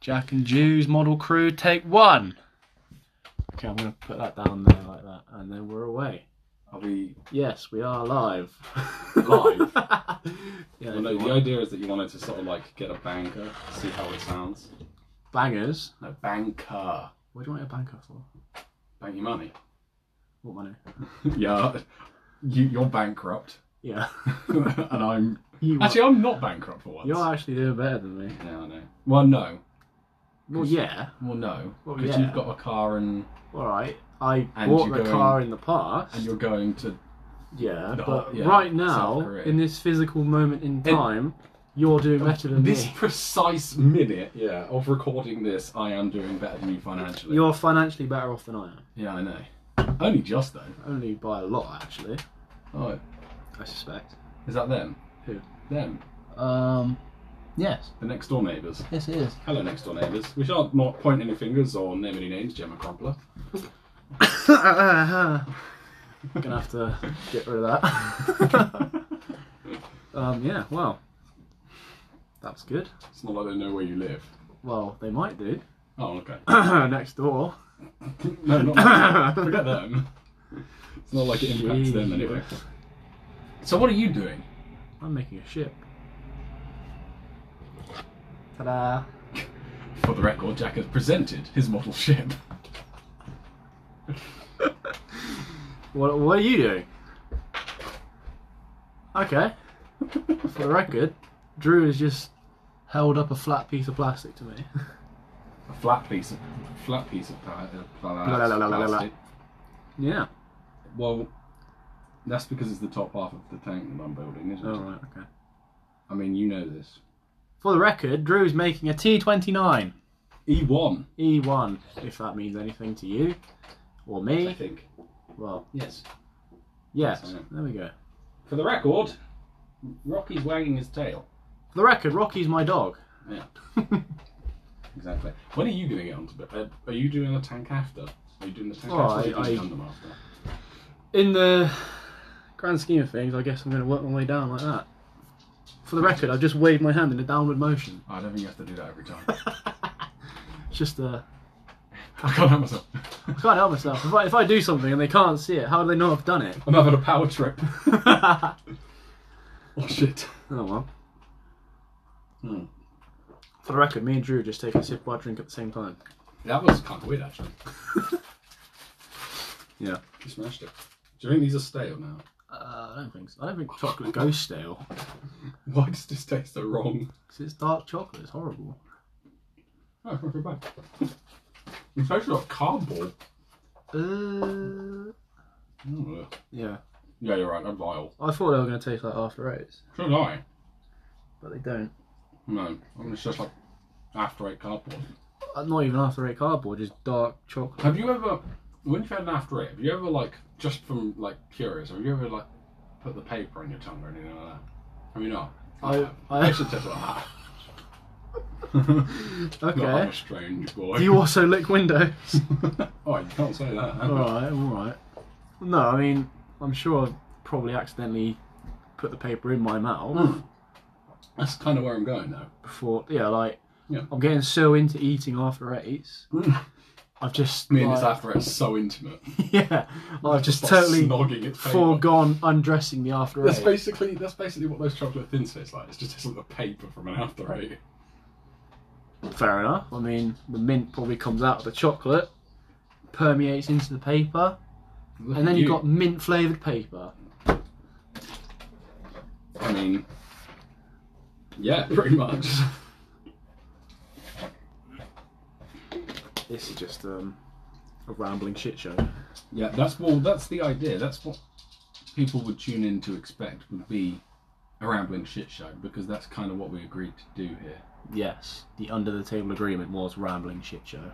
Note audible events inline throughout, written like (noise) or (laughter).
Jack and Jude's model crew, take one. Okay, I'm gonna put that down there like that, and then we're away. Are we Yes, we are (laughs) live. yeah, Live? well, Uh, no, if you the want. idea is that you wanted to sort of like get a banker, see how it sounds. bangers. No banker. What do you want your banker for? Bank your money. What money? (laughs) yeah. You you're bankrupt. (laughs) Yeah. (laughs) and I'm You are- actually I'm not bankrupt for once. you're actually doing better than me. Yeah, I know. Well no. Well, yeah. Well no. Well, Because yeah. you've got a car and All right. I And bought you the go car in the past. and you're going to yeah, No, but yeah, right South now, Korea. in this physical moment in And- time, you're doing better than this me. precise minute, yeah, of recording this, I am doing better than you financially. You're financially better off than I am. Yeah, I know. Only just though. Only by a lot, actually. Oh, I suspect. is that them? Who? Them. Um. Yes. The next door neighbours. Yes, it is. Hello, next door neighbours. We shall not point any fingers or name any names, Gemma Crumpler. (laughs) Gonna (laughs) have to get rid of that. (laughs) um. Yeah. Well. That's good. It's not like they know where you live. Well, they might do (coughs) Oh, okay. (laughs) next door. no, not forget them. It's not like it impacts them anyway. So, what are you doing? I'm making a ship. Ta-da! For the record, Jack has presented his model ship. What, what are you doing? Okay. For the record, Drew has just held up a flat piece of plastic to me. A flat piece of flat piece of pla- uh, pla- La, la, la, la, la, la. plastic. Yeah. Well, that's because it's the top half of the tank that I'm building, isn't it? All right. Okay. I mean, you know this. For the record, Drew's making a T29 E1, E1, if that means anything to you or I me. think. Well, Yes. E? yes. Yes, I am. There we go. For the record, Rocky's wagging his tail. For the record, Rocky's my dog. Yeah. Exactly. When are you going to get onto it? Uh, Are you doing a tank after? Are you doing the tank Oh, after? or I- are you I- doing tandem after? (laughs) in the grand scheme of things, I guess I'm going to work my way down like that. For the record, I've just waved my hand in a downward motion. (laughs) I don't think you have to do that every time. (laughs) It's just, uh, I can't help myself. (laughs) I can't help myself. If I, if I do something and they can't see it, how do they know I've done it? (laughs) I'm having a power trip. (laughs) oh oh shit. well. Hmm. For the record, me and Drew just take a sip of our drink at the same time. That was kind of weird actually. (laughs) Yeah. You smashed it. Do you think these are stale now? (laughs) Uh, I don't think so. I don't think chocolate goes stale. Why does this taste so wrong? (laughs) 'Cause it's dark chocolate. It's horrible. Oh, not very bad. (laughs) It tastes like cardboard. Uh, Mm. yeah. Yeah, you're right. They're vile. I thought they were going to taste like after eights, Should I? but they don't. No. I mean, it's just like after eight cardboard. Uh, Not even after eight cardboard, just dark chocolate. Have you ever, when you've had an after it, have you ever like, just from like curious, have you ever like put the paper on your tongue or anything like that? Have you not? I, I I (laughs) should just like that. (laughs) No, I'm okay. a strange boy. (laughs) Do you also lick windows? (laughs) oh, you can't say that. all right, all right. No, I mean, I'm sure I probably accidentally put the paper in my mouth Mm. That's kind of where I'm going now. before. Yeah, like Yeah. I'm getting so into eating after eights. Mm. I've just I mean, it's like, after it's so intimate. (laughs) yeah, I've just Stop totally snogging its paper. foregone undressing the after That's eight. basically that's basically what those chocolate thins taste like. It's just it's like the paper from an after eight. Fair enough. I mean, the mint probably comes out of the chocolate, permeates into the paper, Look and then at you've you. got mint flavored paper. I mean, yeah, (laughs) pretty much. This is just um, a rambling shit show. Yeah, that's well, that's the idea. That's what people would tune in to expect would be a rambling shit show because that's kind of what we agreed to do here. Yes, the under the table agreement was rambling shit show.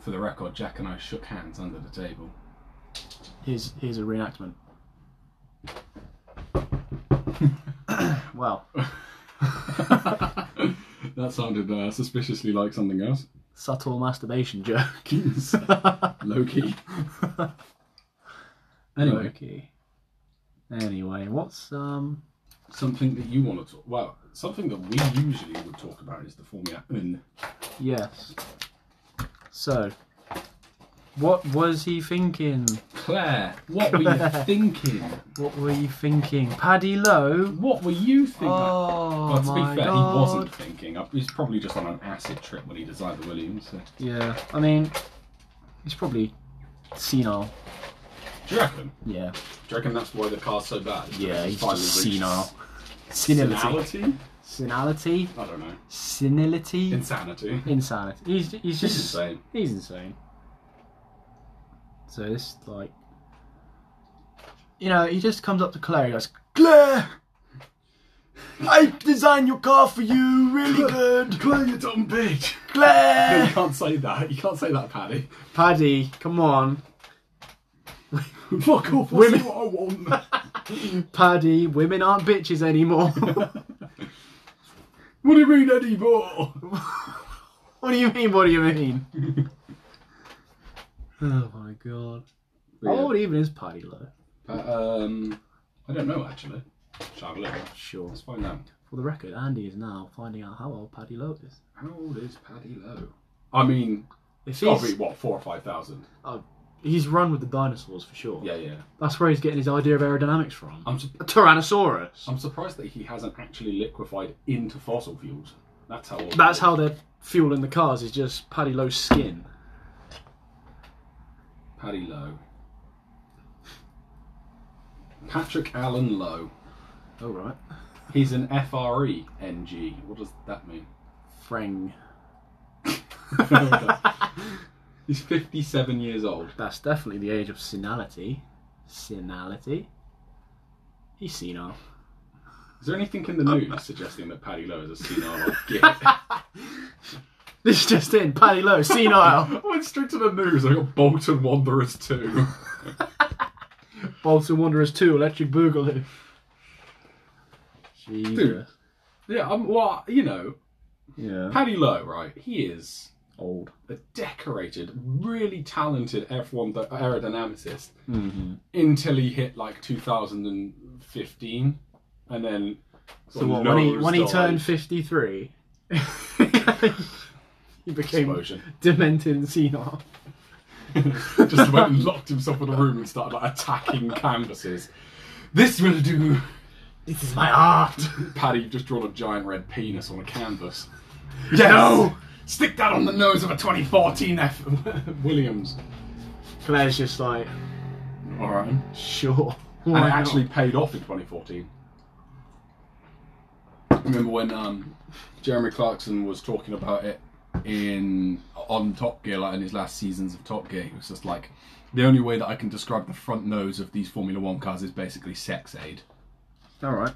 For the record, Jack and I shook hands under the table. Here's here's a reenactment. (coughs) well, that sounded uh, suspiciously like something else. subtle masturbation joke. (laughs) Keys, (laughs) Loki. Anyway, Okay. Anyway, what's um? something that you want to talk. Well, something that we usually would talk about is the formula. Yes. So, what was he thinking? Claire, what were you thinking? What were you thinking? Paddy Lowe? What were you thinking? Oh, well, to my be fair, God. he wasn't thinking. Uh, He's probably just on an acid trip when he designed the Williams. So. Yeah, I mean, he's probably senile. Do you reckon? Yeah, Do you reckon that's why the car's so bad? yeah, he's Finally just reached senile. Senility. Senility? Senility. I don't know. Senility. Insanity. Insanity. He's, he's This just is insane. He's insane. So this like, you know, he just comes up to Claire. He goes, Claire, I designed your car for you, really good, Claire, you dumb bitch. No, (laughs) you Claire. can't say that. You can't say that, Paddy. (laughs) Paddy, come on, (laughs) Fuck off. I'll Women- see what I want. Paddy. Women aren't bitches anymore. (laughs) (laughs) what do you mean (laughs) anymore? what do you mean? What do you mean? oh my god. How old even is Paddy Lowe? um, I don't know actually. Shall I have a look? Sure. Let's find out. For the record, Andy is now finding out how old Paddy Lowe is. How old is Paddy Lowe? I mean, If it's got to he's be what four or five thousand. He's run with the dinosaurs for sure. Yeah, yeah. That's where he's getting his idea of aerodynamics from. I'm su- a Tyrannosaurus. I'm surprised that he hasn't actually liquefied into fossil fuels. That's how old. he That's is. how they're fueling the cars is just Paddy Lowe's skin. Paddy Lowe. Patrick Allen Lowe. Oh right. He's an FRE NG. What does that (laughs) mean? Freng. He's 57 years old. That's definitely the age of senility. Senility. He's senile. (laughs) Is there anything in the news suggesting that Paddy Lowe is a senile or (laughs) git? This is just in. Paddy Lowe, (laughs) senile. I (laughs) went straight to the news. I got Bolton Wanderers too. (laughs) Bolton Wanderers 2, Electric Boogaloo. Jesus. Dude. yeah, I'm, well, you know, Yeah. Paddy Lowe, right? He is Old. a decorated, really talented F1 th- aerodynamicist Mm-hmm. until he hit like 2015, and then So what, when he when he turned (laughs) 53, he became explosion, (laughs) demented and senile. just went and locked himself in a room and started like attacking canvases. This will do. This is my art. Paddy just drawn a giant red penis on a canvas. Yes. No! Stick that on the nose of a 2014 F. (laughs) Williams. Claire's just like, Alright. And sure. (laughs) it Why not? actually paid off in 2014. Remember when um, Jeremy Clarkson was talking about it in on Top Gear, like in his last seasons of Top Gear? It was just like, the only way that I can describe the front nose of these Formula One cars is basically sex aid. All right.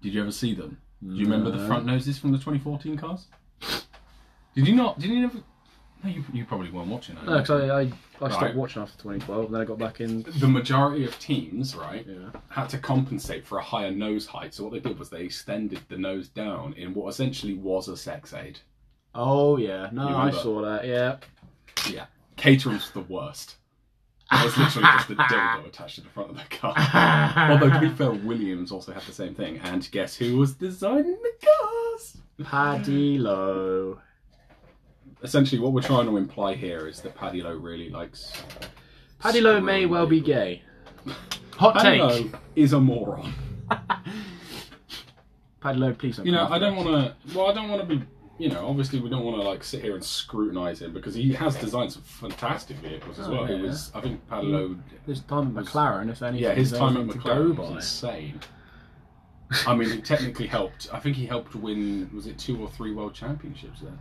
Did you ever see them? Do you remember the front noses from the 2014 cars? Did you not? Did you never? No, you, you probably weren't watching. I No, because I, I, I stopped Right. watching after 2012, and then I got back in. the majority of teams, right, Yeah. had to compensate for a higher nose height. So what they did was they extended the nose down in what essentially was a sex aid. Oh yeah, no, You I remember? saw that. (laughs) Yeah. Yeah, catering's the worst. It was literally just (laughs) a dildo attached to the front of the car. Although to be fair, Williams also had the same thing. And guess who was designing the cars? Paddy Lowe. Essentially, what we're trying to imply here is that Paddy Lowe really likes Paddy Lowe may Screw well be you. gay. Hot take. Hello is a moron. Paddy Lowe, please don't. You know, come I don't after us. want to. Well, I don't want to be. You know, obviously, we don't want to like sit here and scrutinise him because he has designed some fantastic vehicles as Oh, well. It yeah. was, I think, Palo. This time at McLaren, if anything. Yeah, his there's time at anything to go McLaren was by. insane. I mean, it technically helped. I think he helped win. Was it two or three world championships there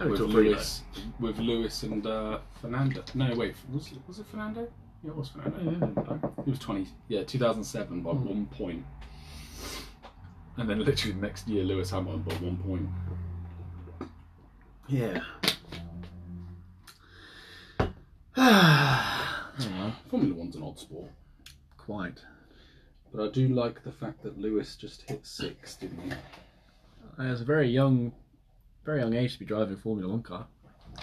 Oh, with it's all pretty Lewis? With Lewis and uh, Fernando. No, wait, was it, was it Fernando? Yeah, it was Fernando. It was twenty. Yeah, two thousand seven by Hmm. one point. And then literally next year, Lewis Hamilton by one point. Yeah. Formula One's an odd sport, (sighs) Quite. but I do like the fact that Lewis just hit six, didn't he? As a very young, very young age to be driving a Formula One car.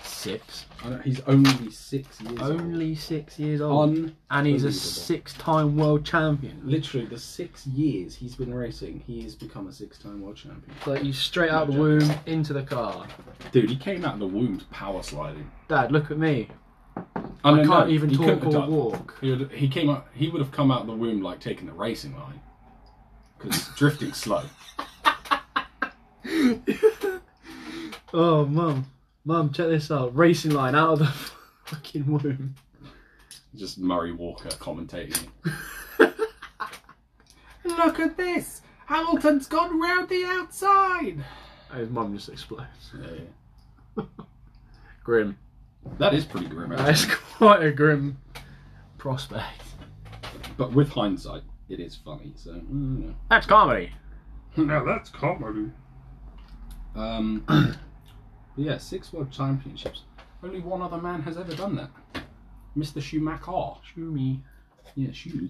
six. I don't, he's only six years Only six years old. old. On and he's a unbelievable. six-time world champion. literally the six years he's been racing, he has become a six-time world champion. Like you straight out No the womb into the car. Dude, he came out of the womb to power sliding. Dad, look at me. Oh, I no, no, can't even he talk couldn't have or done- walk. He would, he came out. He would have come out of the womb like taking the racing line because (laughs) drifting's slow. Oh, mum, mum, check this out. Racing line out of the (laughs) fucking womb. Just Murray Walker commentating. (laughs) Look at this! Hamilton's gone round the outside. And Oh, His mum just explodes. Yeah, yeah. Grim. That is pretty grim, actually. That's (laughs) quite a grim prospect. but with hindsight, it is funny. So mm, That's comedy. yeah. now that's comedy. Um, (clears throat) yeah, six world championships. Only one other man has ever done that. Mr. Schumacher. Shumi. Yeah, Schumi.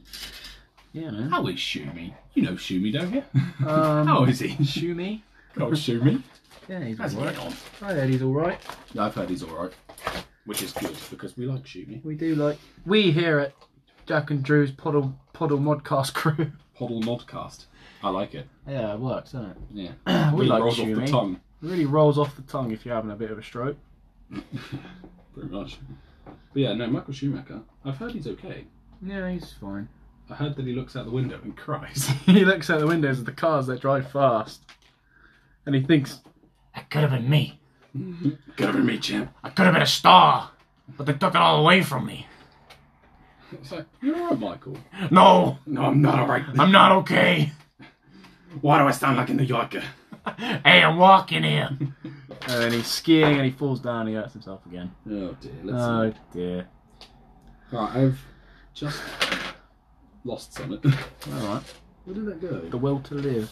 Yeah, man. How is Schumi? You know Schumi, don't you? (laughs) Um, (laughs) How is he? Shumi. Oh, Schumi. Yeah, he's How's he alright. getting on? I heard he's alright. Yeah, I've heard he's alright. Which is good because we like Schumi. We do like. We here at Jack and Drew's Poddle, Poddle Modcast (laughs) crew. Poddle Modcast. I like it. Yeah, it works, doesn't it? Yeah. (clears throat) we Really like rolls off the Shumi. tongue, Really rolls off the tongue if you're having a bit of a stroke. (laughs) pretty much. But yeah, no, Michael Schumacher. I've heard he's okay. Yeah, he's fine. I heard that he looks out the window and cries. (laughs) (laughs) he looks out the windows of the cars that drive fast, and he thinks, "That could have been me. Get over me, champ. I could have been a star, but they took it all away from me. It's like, you're alright, Michael. No, No, I'm not alright. I'm not okay. (laughs) Why do I sound like a New Yorker? Hey, I'm walking here." (laughs) and then he's skiing and he falls down. and He hurts himself again. Oh dear. Let's see. Oh dear. Right, I've just lost something. (laughs) All right. Where did that go? The will to live.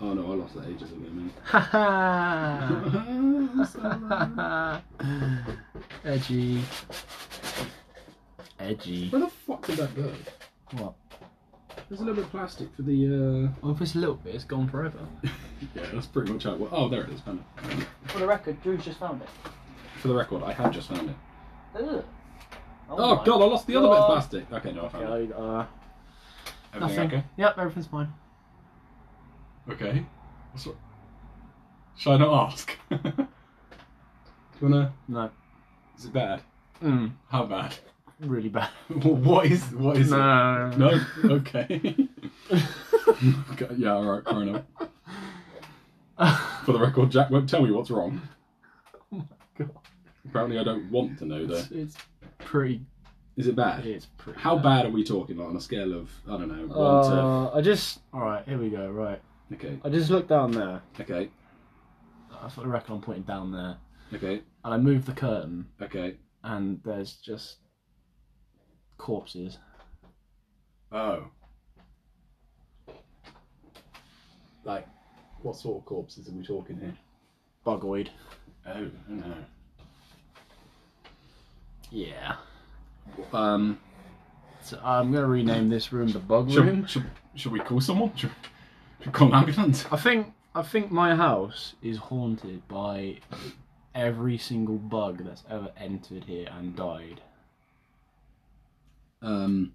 Oh no, I lost that ages ago, man. Ha ha. (laughs) I'm so Ha (laughs) low. ha. Edgy. Edgy. Where the fuck did that go? What? There's a little bit of plastic for the. Well, if it's a little bit, it's gone forever. uh... (laughs) Yeah, that's pretty much how it works. Oh, there it is. Found it. For the record, Drew's just found it. For the record, I have just found it. Oh, Oh, god, I lost the other bit God. of plastic. Okay, no, I found it. Everything nothing. Yep, everything's fine. okay? Okay. What's what? Should I not ask? (laughs) Do you wanna? No. Is it bad? Mm, How bad? (laughs) really bad. what is? What is it? no. (laughs) No. Okay. (laughs) okay. Yeah. All right. Fair enough. For the record, Jack won't tell me (laughs) what's wrong. Oh God. Apparently, I don't want to know. Though, It's, it's pretty. is it bad? It's pretty. How bad are we talking? Like on a scale of I don't know one Uh, I just. All right, here we go. Right, to okay, I just looked down there. okay, That's what I reckon I'm pointing down there, okay, and I moved the curtain, okay. and there's just corpses. Oh. Like, what sort of corpses are we talking here? Bugoid. Oh no. Yeah. Um. So I'm gonna rename this room the Bug Room. Should, should, should we call someone? Should, should we call an ambulance? I think I think my house is haunted by every single bug that's ever entered here and died. Um.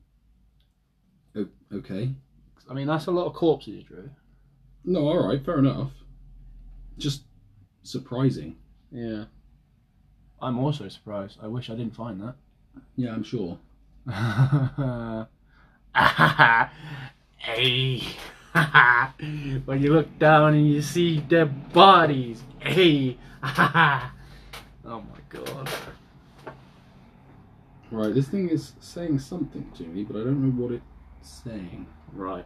o- Okay. I mean, that's a lot of corpses, Drew. No, all right, fair enough. Just surprising. Yeah. I'm also surprised. I wish I didn't find Yeah, I'm sure. (laughs) that. hey. (laughs) when you look down and you see dead bodies. Hey. (laughs) oh my god. Right, this thing is saying something to me, but I don't know what it's saying. Right.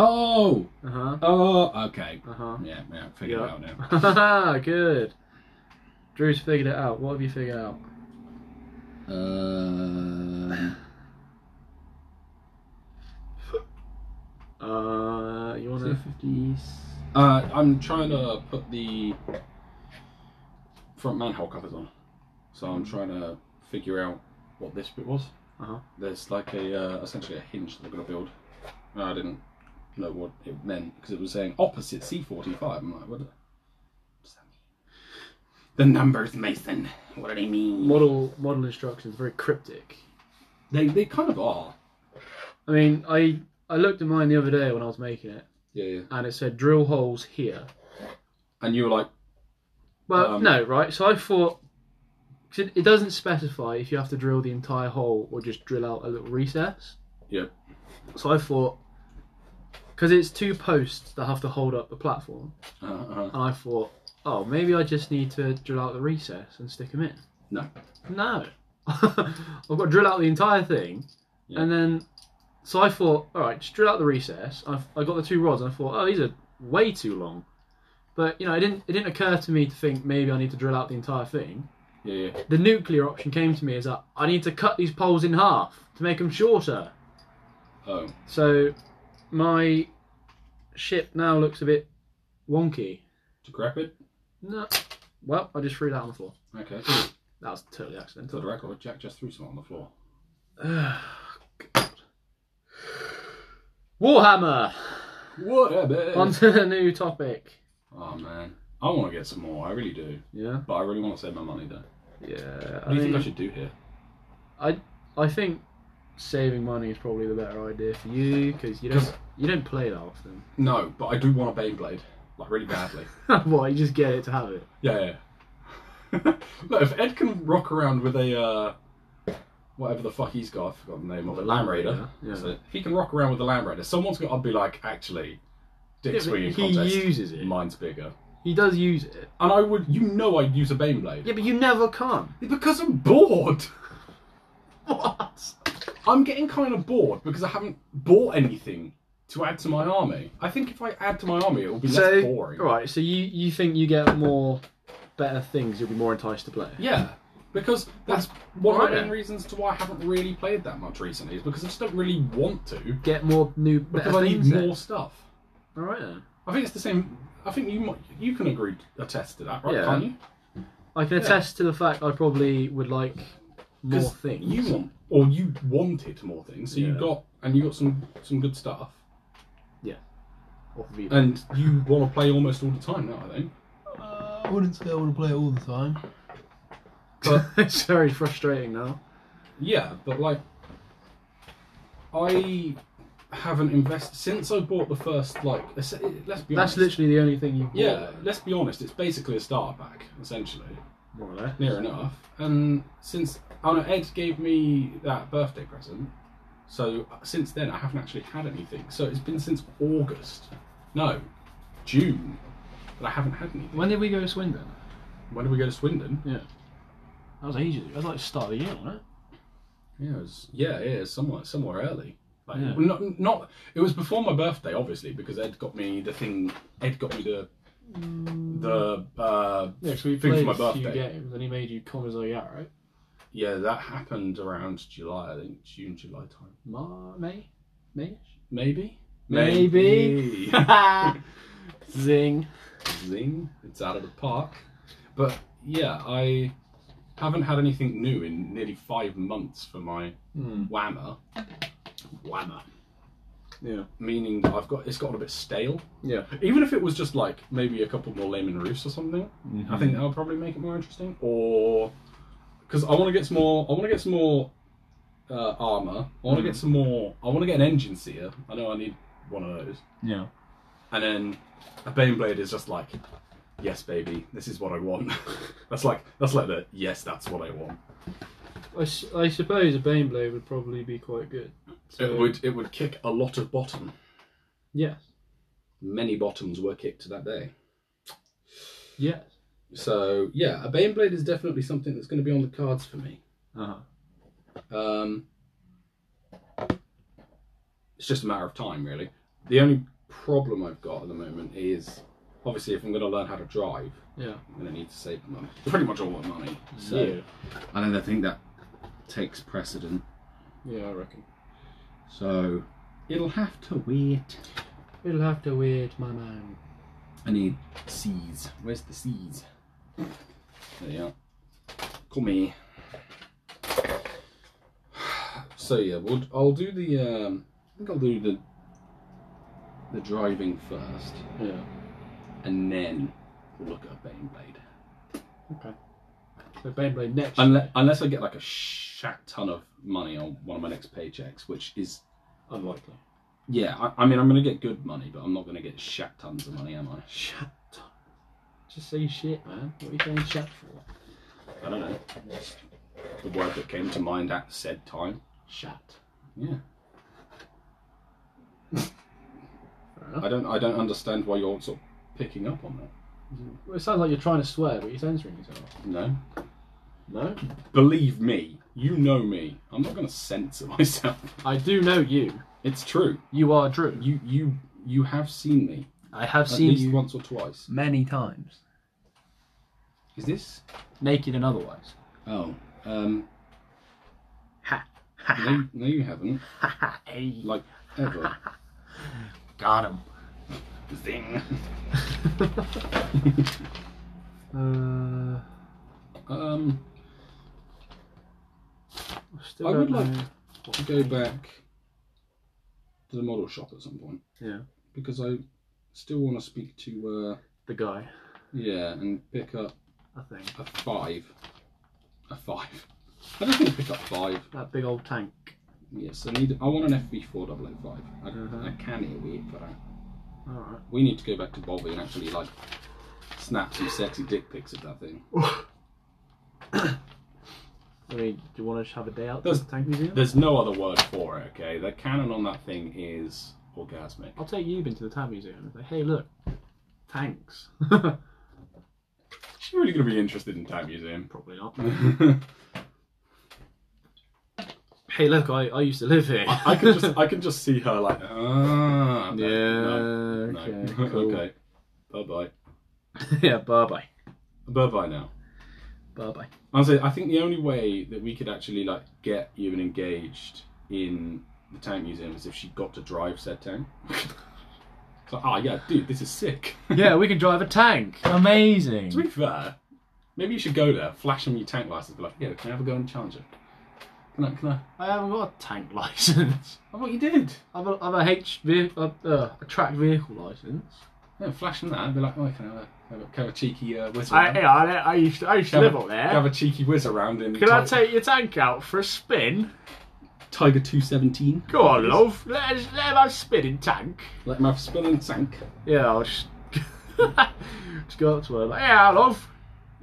Oh, Uh huh. oh, okay. Uh huh. Yeah, yeah, figure it Yeah. out now. Haha, Uh-huh. (laughs) good. Drew's figured it out. What have you figured out? (laughs) Um, Uh, you want to? uh, I'm trying to put the front manhole covers on, so I'm trying to figure out what this bit was. Uh-huh. There's like a uh, essentially a hinge that they're gonna build. And I didn't know what it meant because it was saying opposite C45. I'm like, what? does that mean? (laughs) The numbers, Mason. What do they mean? Model model instructions very cryptic. They they kind of are. I mean, I I looked at mine the other day when I was making it, Yeah, yeah. and it said drill holes here. And you were like, Well, Um, no, right. So I thought 'cause it, it doesn't specify if you have to drill the entire hole or just drill out a little recess. Yeah. So I thought because it's two posts that have to hold up the platform, uh, uh, and I thought, oh, maybe I just need to drill out the recess and stick them in. No. No. (laughs) I've got to drill out the entire thing, Yeah. and then so I thought, all right, just drill out the recess. I've, I got the two rods, and I thought, oh, these are way too long. But you know, it didn't it didn't occur to me to think maybe I need to drill out the entire thing yeah, yeah. the nuclear option came to me is that I need to cut these poles in half to make them shorter. Oh, So my ship now looks a bit wonky. decrepit. No, well, I just threw that on the floor. Okay, That was totally for the accidental. (sighs) record, Jack just threw some on the floor. Warhammer. Whatever. Onto the new topic. Oh man, I want to get some more. I really do, Yeah, but I really want to save my money though. yeah. What I, do you think I mean, should do here? I think saving money is probably the better idea for you because you don't you don't play that often. (laughs) No, but I do want a Beyblade, like really badly. Why? You just get it to have it. yeah. (laughs) yeah. Look, if Ed can rock around with a uh, whatever the fuck he's got, I forgot the name of it, Lamb Raider. Yeah, yeah. So if he can rock around with the Lamb Raider, someone's got to be like, actually, dick Yeah, but swinging he contest. uses it. Mine's bigger. He does use it. And I would, you know, I'd use a Beyblade. Yeah, but you never can. Because I'm bored. (laughs) What? I'm getting kind of bored because I haven't bought anything to add to my army. I think if I add to my army, it will be So, less boring. right. So you you think you get more better things, you'll be more enticed to play. Yeah, because that's one of Alright the main then. reasons to why I haven't really played that much recently is because I just don't really want to Get more new better because I need things. more stuff. All Oh, right then. I think it's the same. I think you might, you can agree attest to that, right? Yeah. Can't you? I can Yeah. attest to the fact I probably would like more 'Cause things. You want or you wanted more things, so you Yeah. got and you got some some good stuff, Off of you. and you want to play almost all the time now. I think. Uh, I wouldn't say I want to play it all the time. (laughs) it's very frustrating now. Yeah, but like, I haven't invested since I bought the first like. es- Let's be That's honest. literally the only thing you. yeah, let's be honest. It's basically a starter pack, essentially, More or less. near enough. And since oh no, Ed gave me that birthday present, so since then I haven't actually had anything. So it's been since August, no, June, that I haven't had anything. When did we go to Swindon? When did we go to Swindon? Yeah. That was ages. That was like the start of the year, wasn't it? Yeah, it was, yeah, yeah, it was somewhere somewhere early. Like, Yeah. well, not, not it was before my birthday, obviously, because Ed got me the thing. Ed got me the the uh, Mm. Yeah, so we thing played for my a few birthday. games, and he made you come as a yeah, right? Yeah, that happened around July, I think June, July time, Ma- May, Mayish. (laughs) maybe. Maybe. Maybe. Zing. (laughs) Zing! It's out of the park. But yeah, I haven't had anything new in nearly five months for my Hmm. whammer. Whammer, Yeah. meaning that I've got it's gotten a bit stale. Yeah. Even if it was just like maybe a couple more lemon roofs or something, I think that'll probably make it more interesting. Or because I want to get some more, I want to get some more uh, armor. I want to get some more. I want to get an engine seer. I know I need one of those. Yeah. And then a Baneblade is just like, yes, baby, this is what I want. (laughs) that's like that's like the yes, that's what I want. I, s- I suppose a Bane Blade would probably be quite good. So- It would it would kick a lot of bottom. Yes. Many bottoms were kicked that day. Yes. So yeah, a Baneblade is definitely something that's going to be on the cards for me. Uh-huh. Um, it's just a matter of time, really. The only problem I've got at the moment is obviously if I'm going to learn how to drive, Yeah. I'm going to need to save my money, pretty much all my money. So yeah. I don't think that takes precedent. Yeah, I reckon. So it'll have to wait. It'll have to wait, my man. I need C's. Where's the C's? There you are. Call me. (sighs) So yeah, we'll, I'll do the. Um, I think I'll do the the driving first, Yeah. and then we'll look at Baneblade. Okay. So Beyblade next. Unless, unless I get like a shack ton of money on one of my next paychecks, which is Unlikely. yeah. I, I mean, I'm gonna get good money, but I'm not gonna get shack tons of money, am I? Shut up. Just say shit, man. What are you saying shut for? I don't know. The word that came to mind at said time. Shut. Yeah. (laughs) Fair enough. I don't. I don't understand why you're sort of picking up on that. Well, it sounds like you're trying to swear, but you're censoring yourself. No. No? Believe me. You know me. I'm not gonna censor (laughs) myself. I do know you. It's true. You are Drew. You you you have seen me I have at seen least you once or twice. many times, Is this? naked and (laughs) otherwise. Oh. Um. Ha No, no, you haven't. ha! Hey, Like (laughs) ever. got him. Zing. (laughs) Uh, Um. still I would don't like know to what- go back to the model shop at some point Yeah, because I still want to speak to. uh the guy, Yeah, and pick up I think. a five. A five. I just want to pick up five. That big old tank. Yes, I need. I want an FB4005. I, Mhm. I can hear weird, but (laughs) I, Alright. we need to go back to Bobby and actually like snap some sexy dick pics of that thing. I mean, do you want to have a day out There's- to the tank museum? There's no other word for it. Okay, the cannon on that thing is orgasmic. I'll take you into the tank museum. Like, hey, look, (laughs) tanks. Probably She's really gonna be interested in Tank (laughs) Museum. not. I, Hey, look, I, I used to live here. I can (laughs) just I can just see her like ah yeah. no, no. Okay. (laughs) cool. okay bye bye (laughs) yeah. Bye bye. bye bye now. Bye bye. Honestly, I think the only way that we could actually like get even engaged in the tank museum is if she got to drive said tank. (laughs) It's like, ah, yeah, dude, this is sick. Yeah, we can drive a tank. Amazing. (laughs) to be fair, maybe you should go there, flash them your tank license, be like, yeah, can I have a go and challenge it? Can I? Can I? I haven't got a tank (laughs) license. I thought you did. I've a, I've a H vehicle, uh, uh, a track vehicle license. Yeah, flash them that and be like, oh, can I have a, have a, can I have a cheeky uh, whiz I, around? yeah, I, I used to, I used to Can I live have, up a- can I have there. a cheeky whiz around in Can I Ti- take your tank out for a spin? Tiger 217? Go on, love. Let us let him have a spin in tank. Let them have spill and tank. Yeah, I'll just, (laughs) just go up to her like, yeah, love.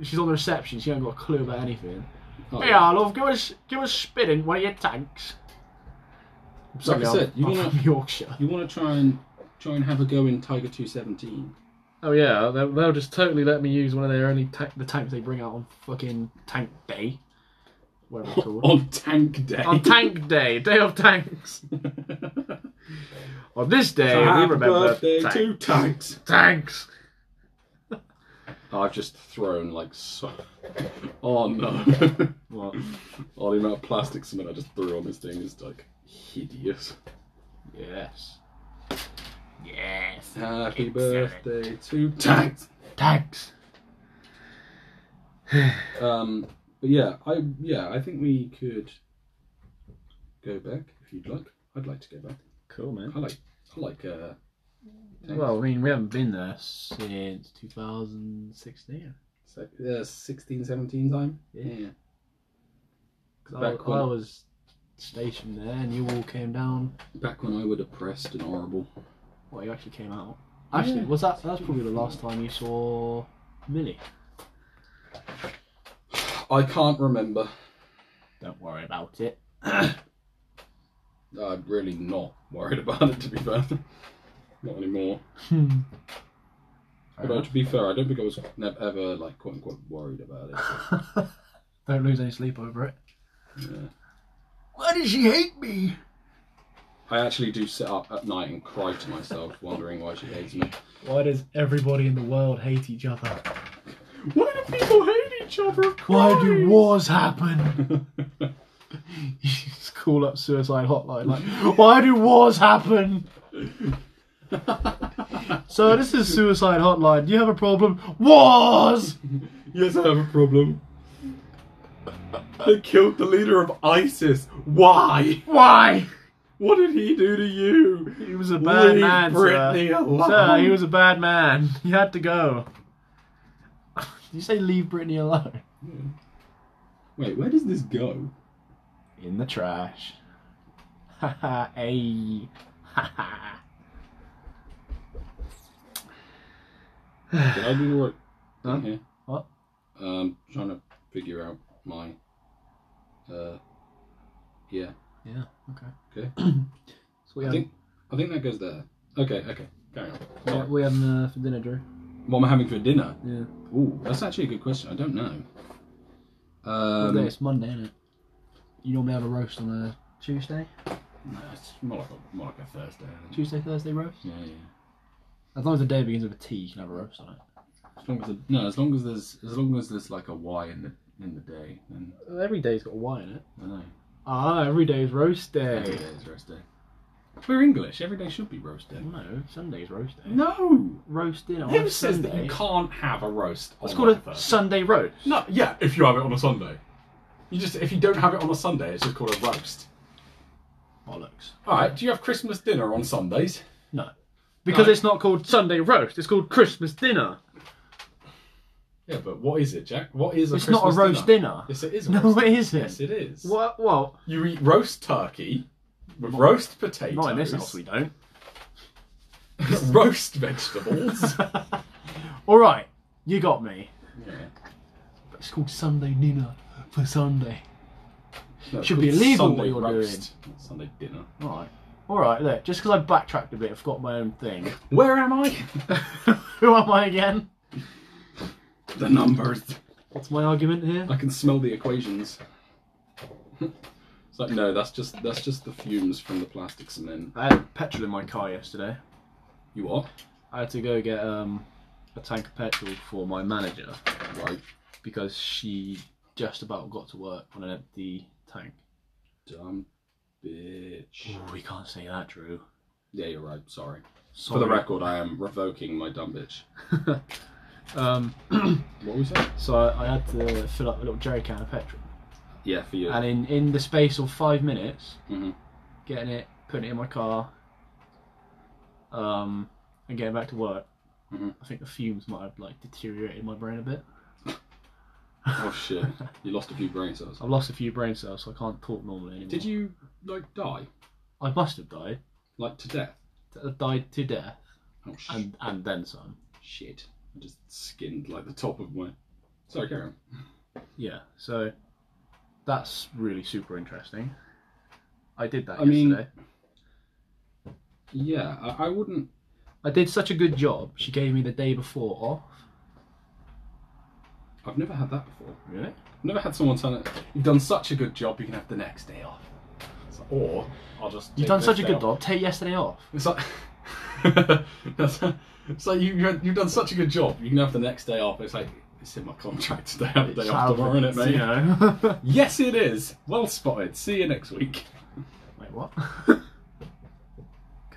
She's on the reception. She ain't got a clue about anything. Oh, Yeah, love. Give us give us a spin in one of your tanks. I'm sorry, Like I said, I'm- you I'm wanna- from Yorkshire. You want to try and try and have a go in Tiger 217? Oh yeah, they'll, they'll just totally let me use one of their only ta- the tanks they bring out on fucking Tank Day, whatever it's called. (laughs) on Tank Day. on (laughs) Tank Day, Day of Tanks. on this day, we Happy remember birthday tank- to Tanks. tanks. I've just thrown like so. (laughs) Oh no! (laughs) What? oh, the amount of plastic cement I just threw on this thing is like hideous. Yes. Yes. Happy birthday to Tanks. Tanks. Um, but yeah, I yeah, I think we could go back if you'd like. I'd like to go back. Cool, man. I like I like uh. Tanks. Well, I mean, we haven't been there since 2016. So, uh, 16, 17 time. Yeah. I, Back when- I was stationed there, and you all came down. Back when I were depressed and horrible. Well, you actually came out. Actually, Yeah. was that? That's probably the last time you saw Millie. I can't remember. Don't worry about it. I'm really not worried (laughs) about it, to be fair. not anymore. Hmm. Although, to be fair, I don't think I was never, ever, like, quote unquote, worried about it. (laughs) Don't lose any sleep over it. Yeah. Why does she hate me? I actually do sit up at night and cry to myself, wondering why she hates me. Why does everybody in the world hate each other? Why do people hate each other? Why do wars happen? do (laughs) You just call up suicide hotline like, why do wars happen? So this is suicide hotline. Do you have a problem? Wars. (laughs) Yes, I have a problem. They killed the leader of ISIS. Why? Why? What did he do to you? He was a bad Leave man, Britney sir. (laughs) alone. Sir, he was a bad man. He had to go. you say leave Britney alone? Yeah. Wait, where does this go? In the trash. Haha, hey. Haha. Did I do the right Huh? thing here? What? Um, trying to figure out my. Uh, yeah. yeah, okay. (clears throat) So we I had, think I think that goes there. Okay, okay. Carry on. yeah, Sorry. we had uh, for dinner, Drew. What am I having for dinner? Yeah. Ooh, that's actually a good question. I don't know. Um, Well, it's Monday, isn't it? You normally have a roast on a Tuesday? no, it's more like a, more like a Thursday. I think. Tuesday, Thursday roast? Yeah, yeah. As long as the day begins with a T, you can have a roast on it. As long as the, no, as long as there's as long as there's like a Y in the in the day, then Every day's got a Y in it. I know. Ah, every day's roast Every day. day is roast day. We're English. Every day should be roast day. No, Sunday's roast day. No. Roast dinner on Who a says that Sunday. you can't have a roast? It's on called like a Thursday? Sunday roast. No, yeah, if you have it on a Sunday. You just if you don't have it on a Sunday, it's just called a roast. Bollocks. Alright, do you have Christmas dinner on Sundays? No. Because No. it's not called Sunday roast, it's called Christmas dinner. Yeah, but what is it, Jack? What is a It's not a Christmas roast dinner. Yes, it is a No, roast it isn't. Yes, it is. What? Well, You eat roast turkey with roast potatoes. not in this house, we don't. (laughs) (laughs) (laughs) roast vegetables. All right, you got me. yeah. It's called Sunday dinner for Sunday. No, Should it's be called illegal what Sunday you're roast, not Sunday dinner. All right, all right. Look, just because I backtracked a bit, I forgot my own thing. Where am I? Who am I again? the numbers. What's my argument here? I can smell the equations. it's like no, that's just that's just the fumes from the plastic cement. I had petrol in my car yesterday. You are I had to go get um, a tank of petrol for my manager right. because she just about got to work on an empty tank. Dumb bitch. Ooh, we can't say that, Drew. Yeah, you're right. Sorry. Sorry. For the record, I am revoking my dumb bitch. Um, What was that? so I, I had to fill up a little jerry can of petrol, Yeah, for you. (laughs) and in in the space of five minutes, Mhm. getting it, putting it in my car, um, and getting back to work. Mhm. I think the fumes might have like deteriorated my brain a bit. Oh shit! You lost a few brain cells. I've lost a few brain cells, so I can't talk normally anymore. Did you like die? I must have died. Like to death? I died to death, Oh sh- and and then some. shit! I just skinned like the top of my. Sorry, carry on. Yeah. So that's really super interesting. I did that I mean- yesterday. Yeah, I, I wouldn't. I did such a good job. She gave me the day before off. I've never had that before. Really? Never had someone tell it. You've done such a good job. You can have the next day off. It's like, or I'll just. You've take done this such a day good off. job. Take yesterday off. It's like. (laughs) That's- it's like you, you- you've done such a good job. You can have the next day off. It's like it's in my contract to have the day off Sounds tomorrow, like is it, mate? (laughs) You know. (laughs) Yes, it is. Well spotted. See you next week. (laughs) Wait, what? Can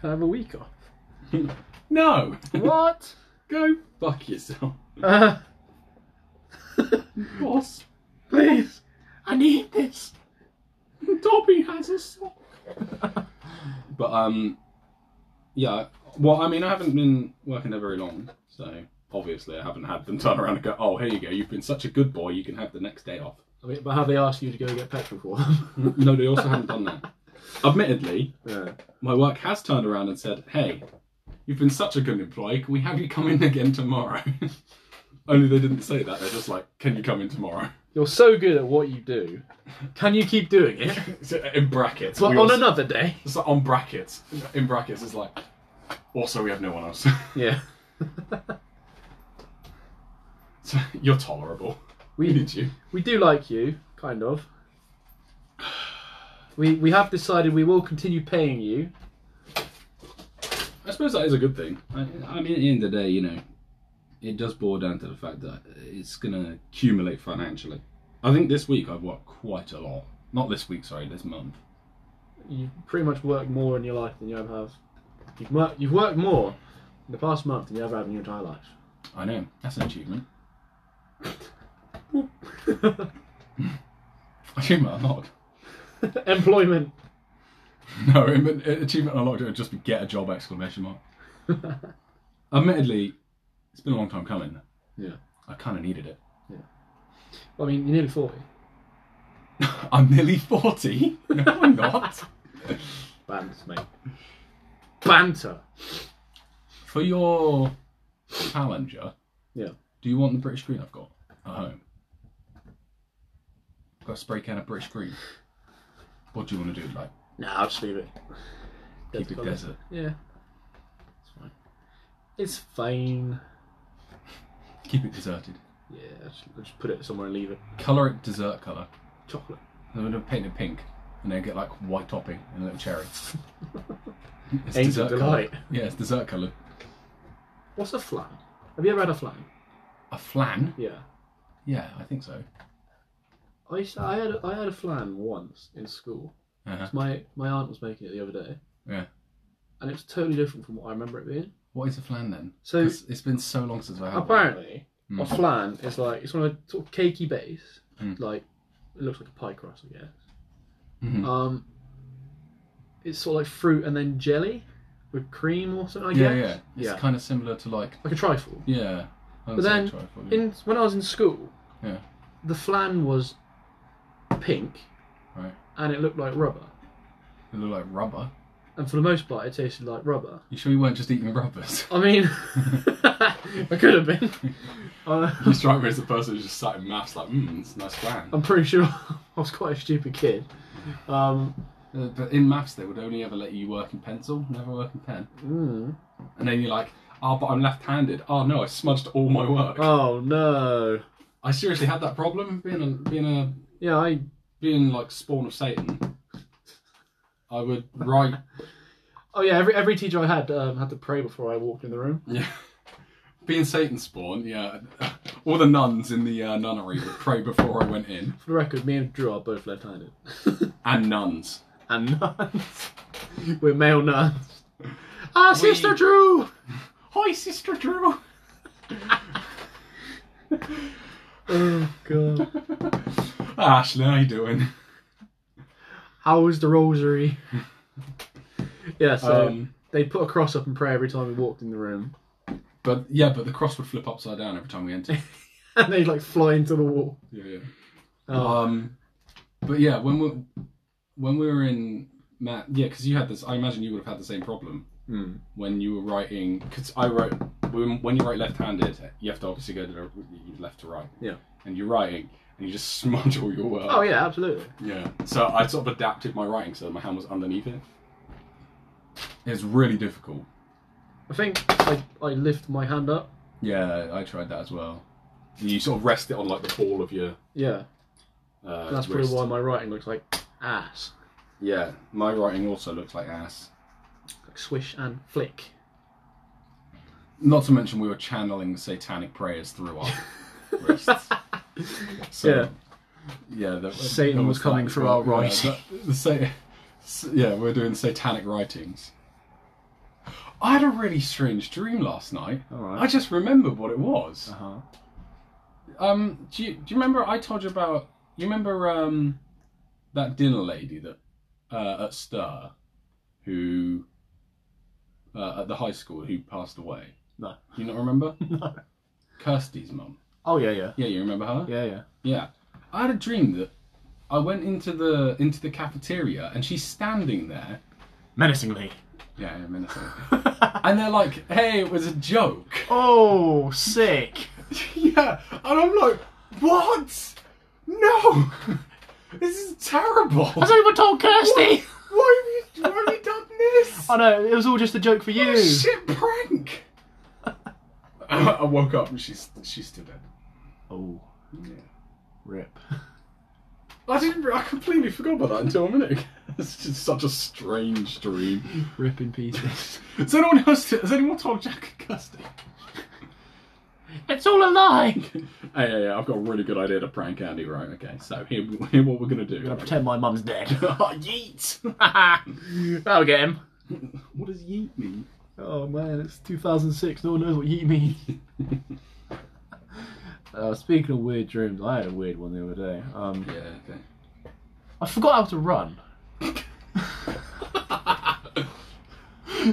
I have a week off? No. (laughs) What? Go fuck yourself. (laughs) Uh, Boss, please, I need this. Dobby has a sock. (laughs) but um, yeah. Well, I mean, I haven't been working there very long, so obviously I haven't had them (laughs) turn around and go, "Oh, here you go. You've been such a good boy. You can have the next day off." I mean, but have they asked you to go get petrol for them? (laughs) no, they also haven't done (laughs) that. Admittedly, yeah. my work has turned around and said, "Hey, you've been such a good employee. Can we have you come in again tomorrow?" (laughs) Only they didn't say that. They're just like, "Can you come in tomorrow?" (laughs) You're so good at what you do. Can you keep doing (laughs) it? So, in brackets. But we on also- another day. It's like on brackets. In brackets, it's like. Also, we have no one else. (laughs) (laughs) Yeah. so you're tolerable. We We need you. we do like you, kind of. We we have decided we will continue paying you. I suppose that is a good thing. I, I mean, at the end of the day, you know, it does boil down to the fact that it's going to accumulate financially. I think this week I've worked quite a lot. Not this week, sorry, this month. You pretty much work more in your life than you ever have. You've worked you've worked more in the past month than you ever have in your entire life. I know. That's an achievement. (laughs) achievement unlocked. (laughs) Employment. No, it meant- it- achievement unlocked. It would just be get a job exclamation mark. (laughs) Admittedly, it's been a long time coming. Yeah. I kind of needed it. Well, I mean, you're nearly forty. I'm nearly 40. (laughs) No, I'm not. Banter, (laughs) mate. Banter. For your Challenger, Yeah. do you want the British green I've got at home? I've got a spray can of British green. What do you want to do? Like, Nah, I'll just leave it. keep it colour. desert. Yeah. It's fine. It's fine. Keep it deserted. Yeah, I'll just, I'll just put it somewhere and leave it. Colour it desert colour. Chocolate. I'm going to paint it pink and then get like white topping and a (laughs) little cherry. It's Angel colour. delight. Yeah, it's dessert colour. What's a flan? Have you ever had a flan? A flan? Yeah. Yeah, I think so. I used to, I had I had a flan once in school. Uh-huh. My my aunt was making it the other day. Yeah. And it was totally different from what I remember it being. What is a flan then? So- 'Cause it's been so long since I had Apparently, one. a Mm. flan is like it's on a sort of cakey base, Mm. like it looks like a pie crust, I guess. Mhm. Um, it's sort of like fruit and then jelly with cream or something. I yeah, yeah. guess. It's kind of similar to like like a trifle. yeah. I But would say then trifle, yeah. In when I was in school, Yeah. the flan was pink, Right. and it looked like rubber. it looked like rubber. And for the most part, it tasted like rubber. You sure you weren't just eating rubbers? I mean, (laughs) I could have been. Uh, (laughs) (laughs) you strike me as the person who's just sat in maths like, mmm, it's a nice flan. I'm pretty sure (laughs) I was quite a stupid kid. Um, Uh, but in maths, they would only ever let you work in pencil, never work in pen. mm. And then you're like, oh, but I'm left-handed. Oh no, I smudged all my work. Oh no! I seriously had that problem being a being a Yeah, I being like spawn of Satan. I would write (laughs) Oh yeah, every every teacher I had um, had to pray before I walked in the room. Yeah. Being Satan spawn, yeah. (laughs) All the nuns in the uh, nunnery would pray before I went in. For the record, me and Drew are both left-handed, (laughs) And nuns. and nuns. We're male nuns. Ah, sister We- Drew. Hi, Sister Drew! Oh god. Ah, Ashley, how you doing? How was the rosary? yeah, so Um, they put a cross up and pray every time we walked in the room, (laughs) but yeah, but the cross would flip upside down every time we (laughs) entered. and they like fly into the wall. yeah, yeah. Oh, Um, but yeah, when we when we were in Matt, yeah, because you had this. I imagine you would have had the same problem mm. when you were writing. Because I wrote when, when you write left-handed, you have to obviously go to the, left to right. Yeah. And you're writing, and you just (laughs) smudge all your work. oh yeah, absolutely. Yeah. So I sort of adapted my writing so my hand was underneath it. It's really difficult. I think I I lift my hand up. Yeah, I tried that as well. You sort of rest it on like the ball of your. Yeah, Uh, that's probably wrist. why my writing looks like ass, Yeah, my writing also looks like ass. like swish and flick. (laughs) Not to mention we were channeling satanic prayers through (laughs) our wrists. So, Yeah. Yeah, that, Satan that was coming that as through well. our writing. Yeah, that- the sa- s- yeah, we're doing satanic writings. I had a really strange dream last night. All I just remembered what it was. huh. Um, do you, do you remember I told you about? You remember um, that dinner lady that uh, at Stir, who uh, at the high school who passed away. No. Do you not remember? (laughs) No. Kirsty's mum. Oh yeah, yeah, Yeah, you remember her? yeah, yeah. Yeah. I had a dream that I went into the into the cafeteria and she's standing there. Menacingly. (laughs) Yeah, yeah, Minnesota. and they're like, "Hey, it was a joke." oh, sick. (laughs) yeah, and I'm like, "What? No, (laughs) this is terrible." Has anyone told Kirsty? Why have you, why have you done this? (laughs) I know it was all just a joke for you. Shit prank. (laughs) I I woke up and she's she's still dead. Oh, Yeah. rip. I didn't. I completely forgot about that until a minute ago. (laughs) It's just such a strange dream. Rip in pieces. Has anyone else? Has anyone told Jack and Kirsty? (laughs) it's all a lie. Hey, yeah, yeah, I've got a really good idea to prank Andy. Right, okay. So here, here what we're gonna do. (laughs) I'm gonna pretend my mum's dead. yeet. (laughs) (laughs) That'll get him. What does yeet mean? Oh man, it's 2006. No one knows what yeet means. (laughs) uh, speaking of weird dreams, I had a weird one the other day. Um, Yeah. (laughs) Okay. I forgot how to (laughs) run. you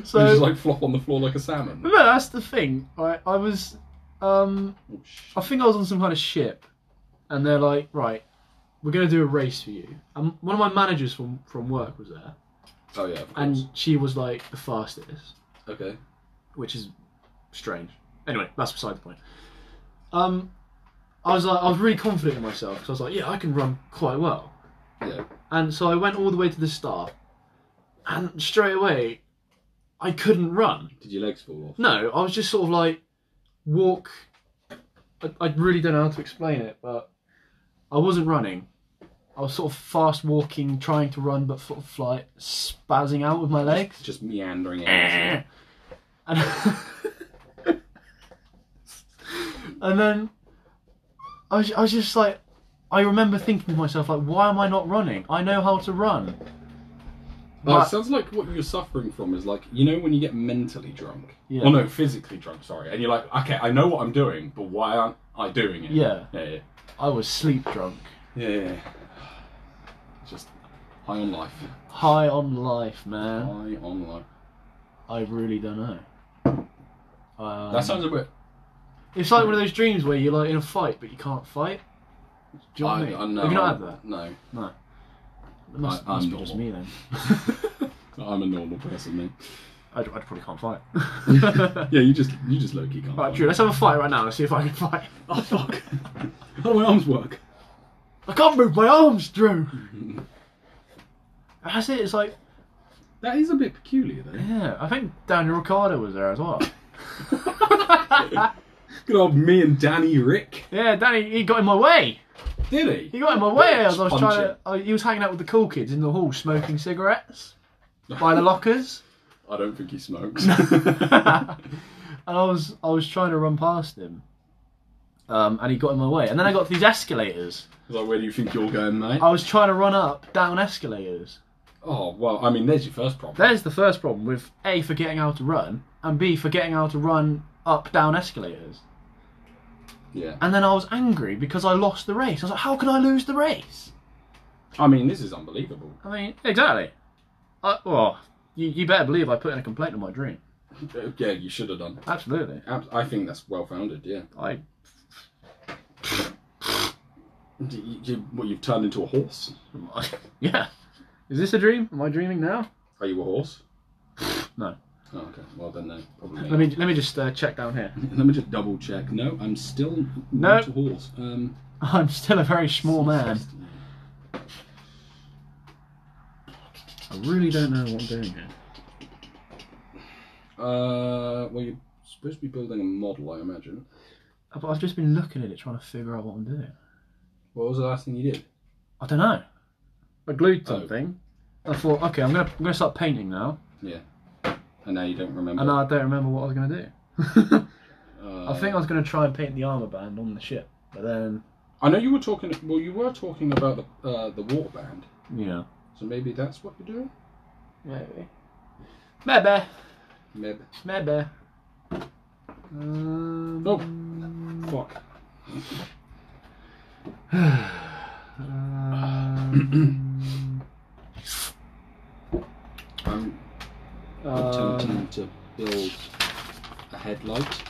So just like flop on the floor like a salmon. No, that's the thing. I, I was um, Oh, sh- I think I was on some kind of ship, and they're like, right, we're gonna do a race for you. And one of my managers from from work was there, oh yeah. Of course. and she was like the fastest. okay. which is strange. Anyway, that's beside the point. Um, I was like, I was really confident in myself because I was like, yeah, I can run quite well. Yeah. And so I went all the way to the start, and straight away, I couldn't run. Did your legs fall off? No, I was just sort of like walk. I, I really don't know how to explain it, but I wasn't running. I was sort of fast walking, trying to run, but sort of like spazzing out with my legs. Just meandering. Eh. out. (laughs) and, and then I was, I was just like, I remember thinking to myself, like, why am I not running? I know how to run. Oh, it But- sounds like what you're suffering from is like you know when you get mentally drunk. Yeah. Oh no, physically drunk. Sorry, and you're like, okay, I know what I'm doing, but why aren't I doing it? Yeah. Yeah. Yeah. I was sleep drunk, yeah, yeah, yeah. Just high on life. high on life, man. High on life. I really don't know. Um, That sounds a bit. It's like one of those dreams where you're like in a fight, but you can't fight. Do you know I, what I mean? I know. Have you not had that? No. It must, I- I'm must be just normal. me then. (laughs) I'm a normal (laughs) person, then. I, I probably can't fight. (laughs) Yeah, you just you just low key (laughs) can't. right, fight. Drew, let's have a fight right now and see if I can fight. Oh fuck! (laughs) How do my arms work? I can't move my arms, Drew. That's it. It's like, That is a bit peculiar, though. yeah, I think Daniel Ricciardo was there as (laughs) well. (laughs) Good old me and Danny Rick. yeah, Danny, he got in my way. Did He got in my way. I was, I was Punch trying to. him. I, he was hanging out with the cool kids in the hall, smoking cigarettes by the lockers, (laughs) I don't think he (laughs) smokes. and I was I was trying to run past him, um, and he got in my way. And then I got to these escalators. like, where do you think you're going, mate? I was trying to run up down escalators. Oh well, I mean, there's your first problem. There's the first problem with a forgetting how to run and b forgetting how to run up down escalators. Yeah. And then I was angry because I lost the race. I was like, how can I lose the race? I mean, this is unbelievable. I mean, exactly. I, well, you, you better believe I put in a complaint on my dream. Uh, Yeah, you should have done. Absolutely. Ab- I think that's well founded. Yeah. I D- You, you- what you've turned into a horse? (laughs) yeah. Is this a dream? Am I dreaming now? Are you a (sighs) horse? No. Oh, okay. Well then, no. Probably. Let me let me just uh, check down here. (laughs) Let me just double check. No, I'm still No. not a horse. Um, I'm still a very small man. I really don't know what I'm doing here. Uh, well, you're supposed to be building a model, I imagine. Uh, But I've just been looking at it, trying to figure out what I'm doing. What was the last thing you did? I don't know. I glued Oh. something. I thought, okay, I'm gonna I'm gonna start painting now, And now you don't remember. and now I don't remember what I was gonna do. (laughs) Uh, I think I was going to try and paint the armor band on the ship, but then I know you were talking. Well, you were talking about the uh, the water band. yeah, So maybe that's what you're doing. maybe, maybe, Maybe. maybe. Um, Oh. Fuck. (sighs) um, I'm attempting um, to build a headlight,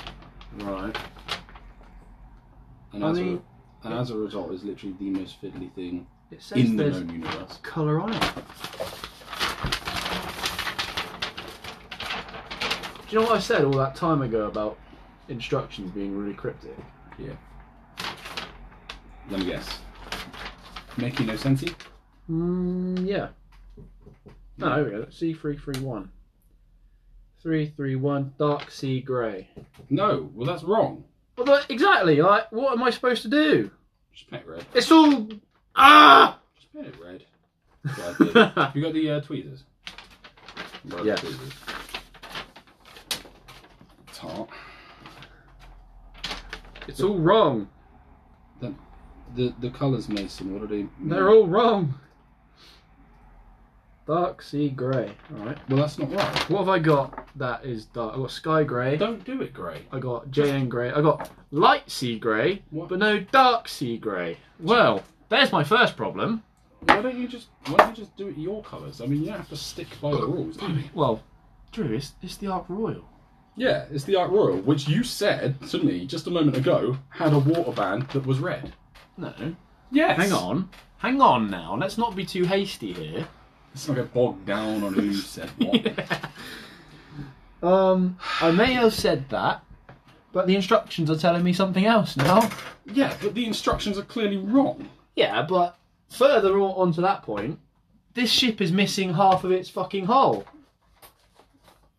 right. and I as mean- a, and as a result, is literally the most fiddly thing It says in the there's known universe. color on it. Do you know what I said all that time ago about instructions being really cryptic? Let me guess. Making no sensey. Mm, yeah. No, here we go. C three three one. Three three one. Dark sea grey. No. Well, that's wrong. Well, that- exactly. Like, what am I supposed to do? Just paint it red. It's all ah. Just paint it red. That's what I did. You got the uh, tweezers? Where are the Yeah. tweezers? Tart. (laughs) it's all wrong. The the colours, Mason. What are they? They're all wrong. Dark sea grey. All right. Well, that's not right. What have I got? That is dark. I got sky grey. Don't do it, Grey. I got JN grey. I got light sea grey, What? but no dark sea grey. Well, there's my first problem. Why don't you just Why don't you just do it your colours? I mean, you don't have to stick by the rules. do you? Well, Drew, it's, it's the Ark Royal. Yeah, it's the Ark Royal, which you said to me just a moment ago had a water band that was red. No. Yes. Hang on. Hang on now. Let's not be too hasty (laughs) here. Let's not get bogged down on who (laughs) said what. Um, I may have said that, but the instructions are telling me something else now. yeah, but the instructions are clearly wrong. Yeah, but further on onto that point, this ship is missing half of its fucking hull.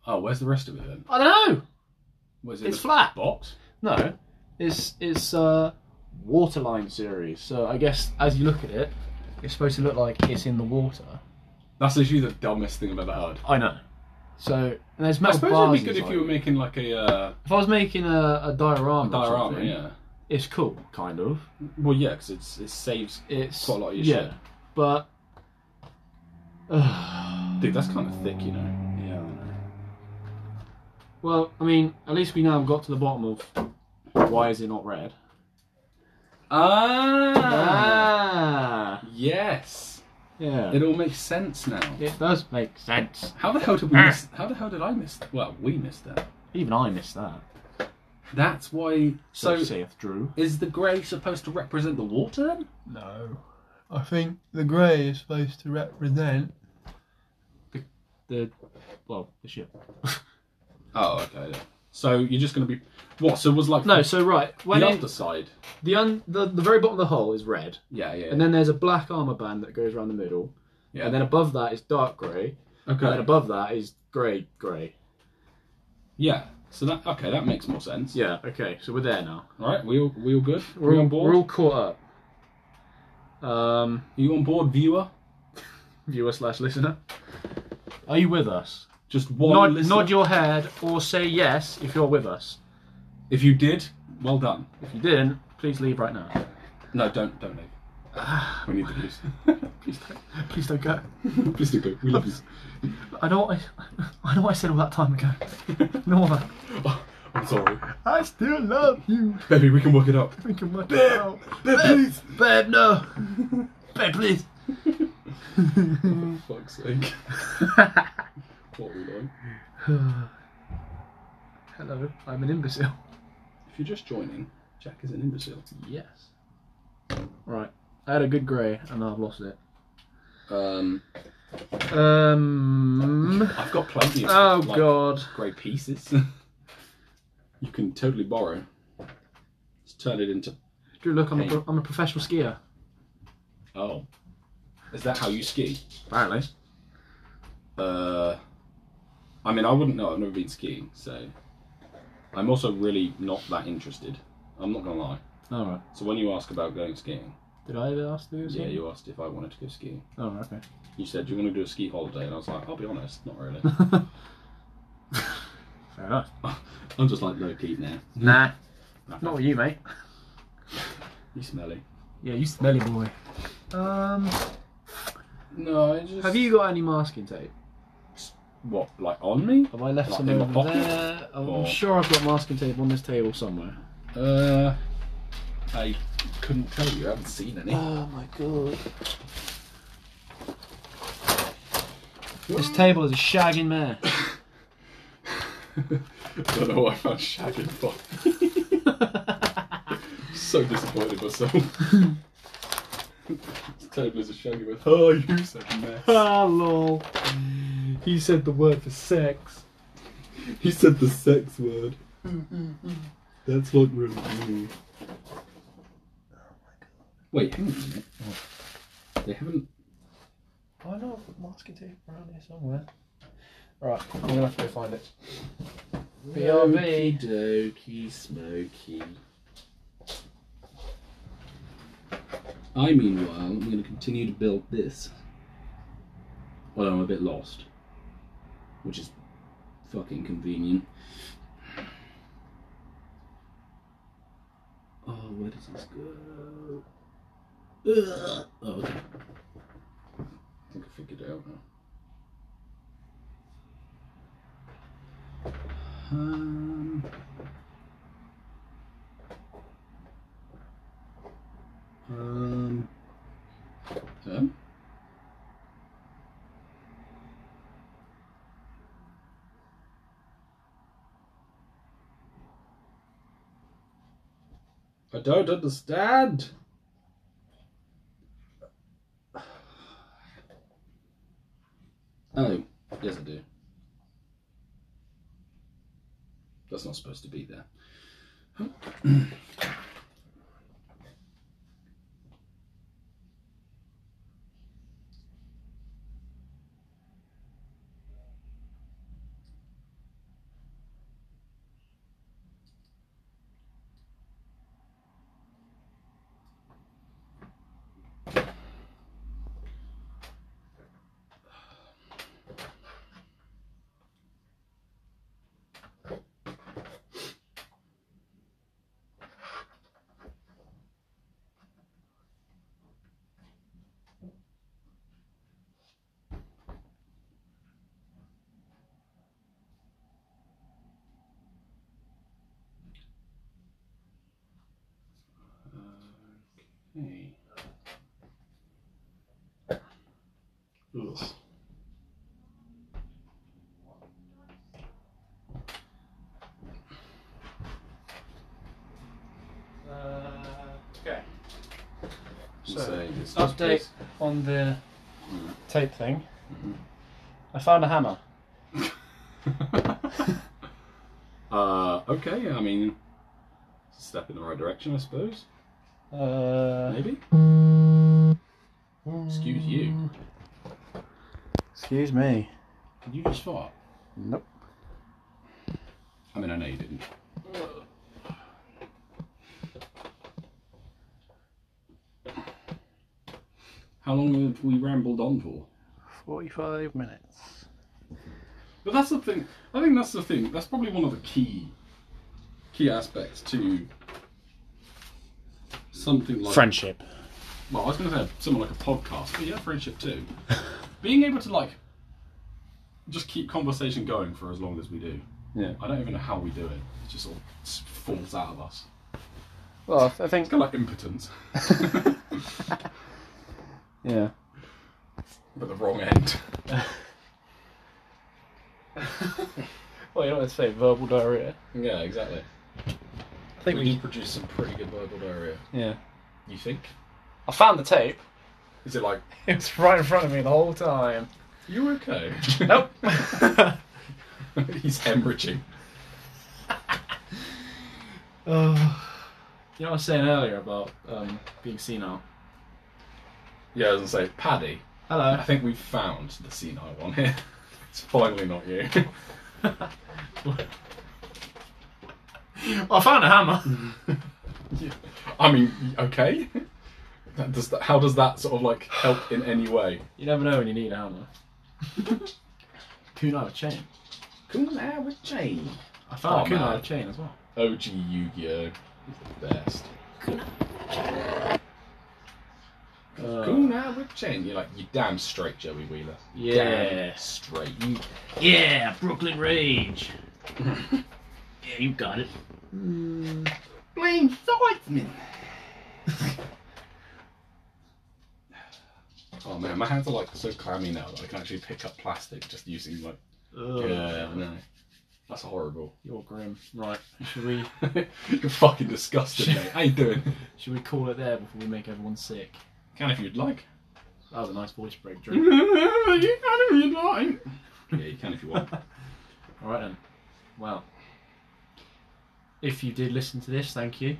Oh, where's the rest of it then? I don't know. Where's it? It's a flat. Box. No, it's it's uh, waterline series. So I guess as you look at it, it's supposed to look like it's in the water. That's literally the dumbest thing I've ever heard. I know. So and there's I metal suppose bars. it'd be good if inside. you were making like a uh, If I was making a, a diorama, or diorama. something, Yeah. it's cool, kind of. Well, yeah, because it's it saves. It's Quite a lot of your yeah, shit. but (sighs) Dude, that's kind of thick, you know. Yeah. I know. well, I mean, at least we now got to the bottom of why is it not red. Ah. Ah, Yes. yeah. It all makes sense now. It does make sense. How the hell did Ah. we miss? How the hell did I miss? Well, we missed that. Even I missed that. That's why. So, saith Drew. is the grey supposed to represent the water then? No. I think the grey is supposed to represent. The well, the ship. Oh, okay. yeah. So you're just going to be what? So it was like No, the- so right when the it, underside. the un the, the very bottom of the hull is red, Yeah, yeah. and then there's a black armor band that goes around the middle, yeah. and then above that is dark grey, and then okay. above that is grey grey. Yeah. So that okay, that makes more sense. Yeah. Okay. So we're there now. All right. We all we all good? We're, we all, on board? we're all caught up. Um, Are you on board, viewer? viewer slash listener, are you with us? Just one. Nod, listener. nod your head or say yes if you're with us. If you did, well done. If you didn't, please leave right now. No, don't don't leave. Ah. we need the (laughs) views. Please don't, please don't go. (laughs) Please do go. We love you. (laughs) (laughs) I know what I, (laughs) I know what I said all that time ago. No more. Oh, I'm sorry, I still love you. baby. We can work (laughs) it up. We can work it out. please. Babe, no. (laughs) Babe, please. Mm. (laughs) Fuck's sake. what are we doing? (sighs) Hello, I'm an imbecile. If you're just joining, Jack is an imbecile. Yes. Right. I had a good grey and I've lost it. Um, Um. I've got plenty of Oh like, god. grey pieces. (laughs) you can totally borrow. Just turn it into. Drew, look, I'm, a Hey. pro- I'm a professional skier. Oh, is that how you ski? Apparently. Uh, I mean, I wouldn't know. I've never been skiing, so I'm also really not that interested. I'm not gonna lie. Alright. So when you ask about going skiing, Did I ever ask to do this? yeah, you asked if I wanted to go skiing. Oh, okay. You said, "Do you want to do a ski holiday?" And I was like, "I'll be honest, not (laughs) really." (laughs) Fair enough. I'm just like low key now. Nah. Not with you, mate. You smelly. Yeah, you smelly boy. Um. No, I just. Have you got any masking tape? what like on me? Have I left Like some in my over pocket? there? I'm Or- sure I've got masking tape on this table somewhere. Uh, I couldn't tell you. I haven't seen any. Oh my god. This table is a shagging mare. (laughs) I don't know why I found shagging (laughs) fun. so disappointed (laughs) myself. this table is a shaggy with. Oh, you said mess. (laughs) ah, lol. He said the word for sex. (laughs) he said the sex word. That's not really me. Oh Wait, hang on a minute. They haven't. I know I've got masking tape around here somewhere. Right, I'm gonna have to go find it. BRB. Dokie smoky. I, meanwhile, am going to continue to build this. Although I'm a bit lost. Which is fucking convenient. Oh, where does this go? Ugh. Oh, okay. I think I figured it out now. Um, um, um, I don't understand. (sighs) Oh, yes, I do. That's not supposed to be there. Okay. Ugh. okay. So, Say it's update this on the Mhm. tape thing. Mm-hmm. Mhm. I found a hammer. place. (laughs) uh, okay, I mean, it's a step in the right direction, I suppose. Uh, Maybe. Excuse you. Excuse me. Did you just fart? Nope. I mean, I know you didn't. How long have we rambled on for? 45 minutes. But that's the thing. I think that's the thing. That's probably one of the key key aspects to something like Friendship. well, I was going to say something like a podcast, but yeah, friendship too. (laughs) Being able to like just keep conversation going for as long as we do. Yeah. I don't even know how we do it. It just sort of s- falls out of us. Well, I think. It's kind of like impotence, (laughs) (laughs) Yeah. but the wrong end. Well, you know what I say, verbal diarrhea. Yeah, exactly. I We, think do we. produce some pretty good verbal diarrhea. Yeah. You think? I found the tape. (laughs) Is it like It was right in front of me the whole time. you okay? Nope. (laughs) (laughs) He's hemorrhaging. you know what I was saying earlier about um, being senile? Yeah, I was gonna say, Paddy, Hello. (laughs) I think we've found the senile one here. (laughs) It's finally not you. (laughs) I found a hammer. I mean, okay. That does that, how does that sort of like help in any way? You never know when you need a hammer. kunai with chain. Come out with chain. I found Oh, a kunai man. with chain as well. OG Yu Gi Oh! is the best. Uh, Come out with chain. You're like, you're damn straight, Joey Wheeler. You're Yeah. Damn straight. Yeah, Brooklyn (laughs) Rage. yeah, you got it. Hmm. Blame swordsman. oh man, my hands are like so clammy now that I can actually pick up plastic just using like. Yeah, no. That's (laughs) horrible. You're grim. Right. Should we You're fucking disgusting, mate. How you doing? should we call it there before we make everyone sick? Can if you'd like. That was a nice voice break, (laughs) you Drew. can if you'd like. Yeah, you can if you want. Mm-hmm. All right then. Well, if you did listen to this, thank you.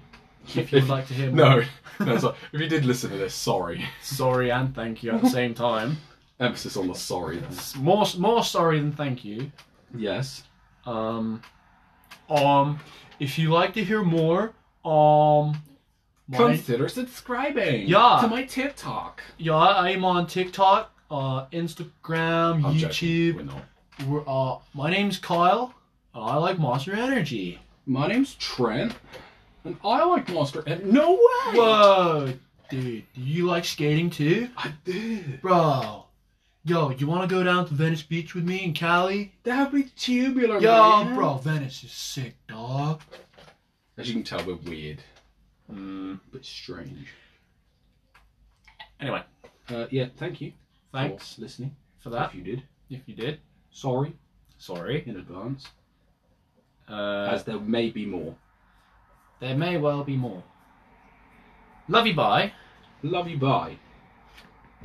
If you would like to hear more, (laughs) (laughs) No, no. So if you did listen to this, sorry. sorry and thank you at the same time. Emphasis on the sorry. S- More more sorry than thank you. Yes. Um, um, if you like to hear more, um, my, Consider subscribing. Yeah. To my TikTok. yeah, I'm on TikTok, uh, Instagram, I'm joking, YouTube. We're not. We're, uh, my name's Kyle. and I like Monster Energy. My name's Trent, and I like Monster. And no way. Whoa, dude, do you like skating too, I did. bro? Yo, you want to go down to Venice Beach with me and Cali? That'd be tubular, Yo, bro, Venice is sick, dog. As you can tell, we're weird, Mm, but strange. Anyway, Uh, yeah, thank you. thanks for listening. for that. If you did, If you did, sorry sorry. in advance, Uh, as there may be more. there may well be more. Love you, bye. Love you, bye.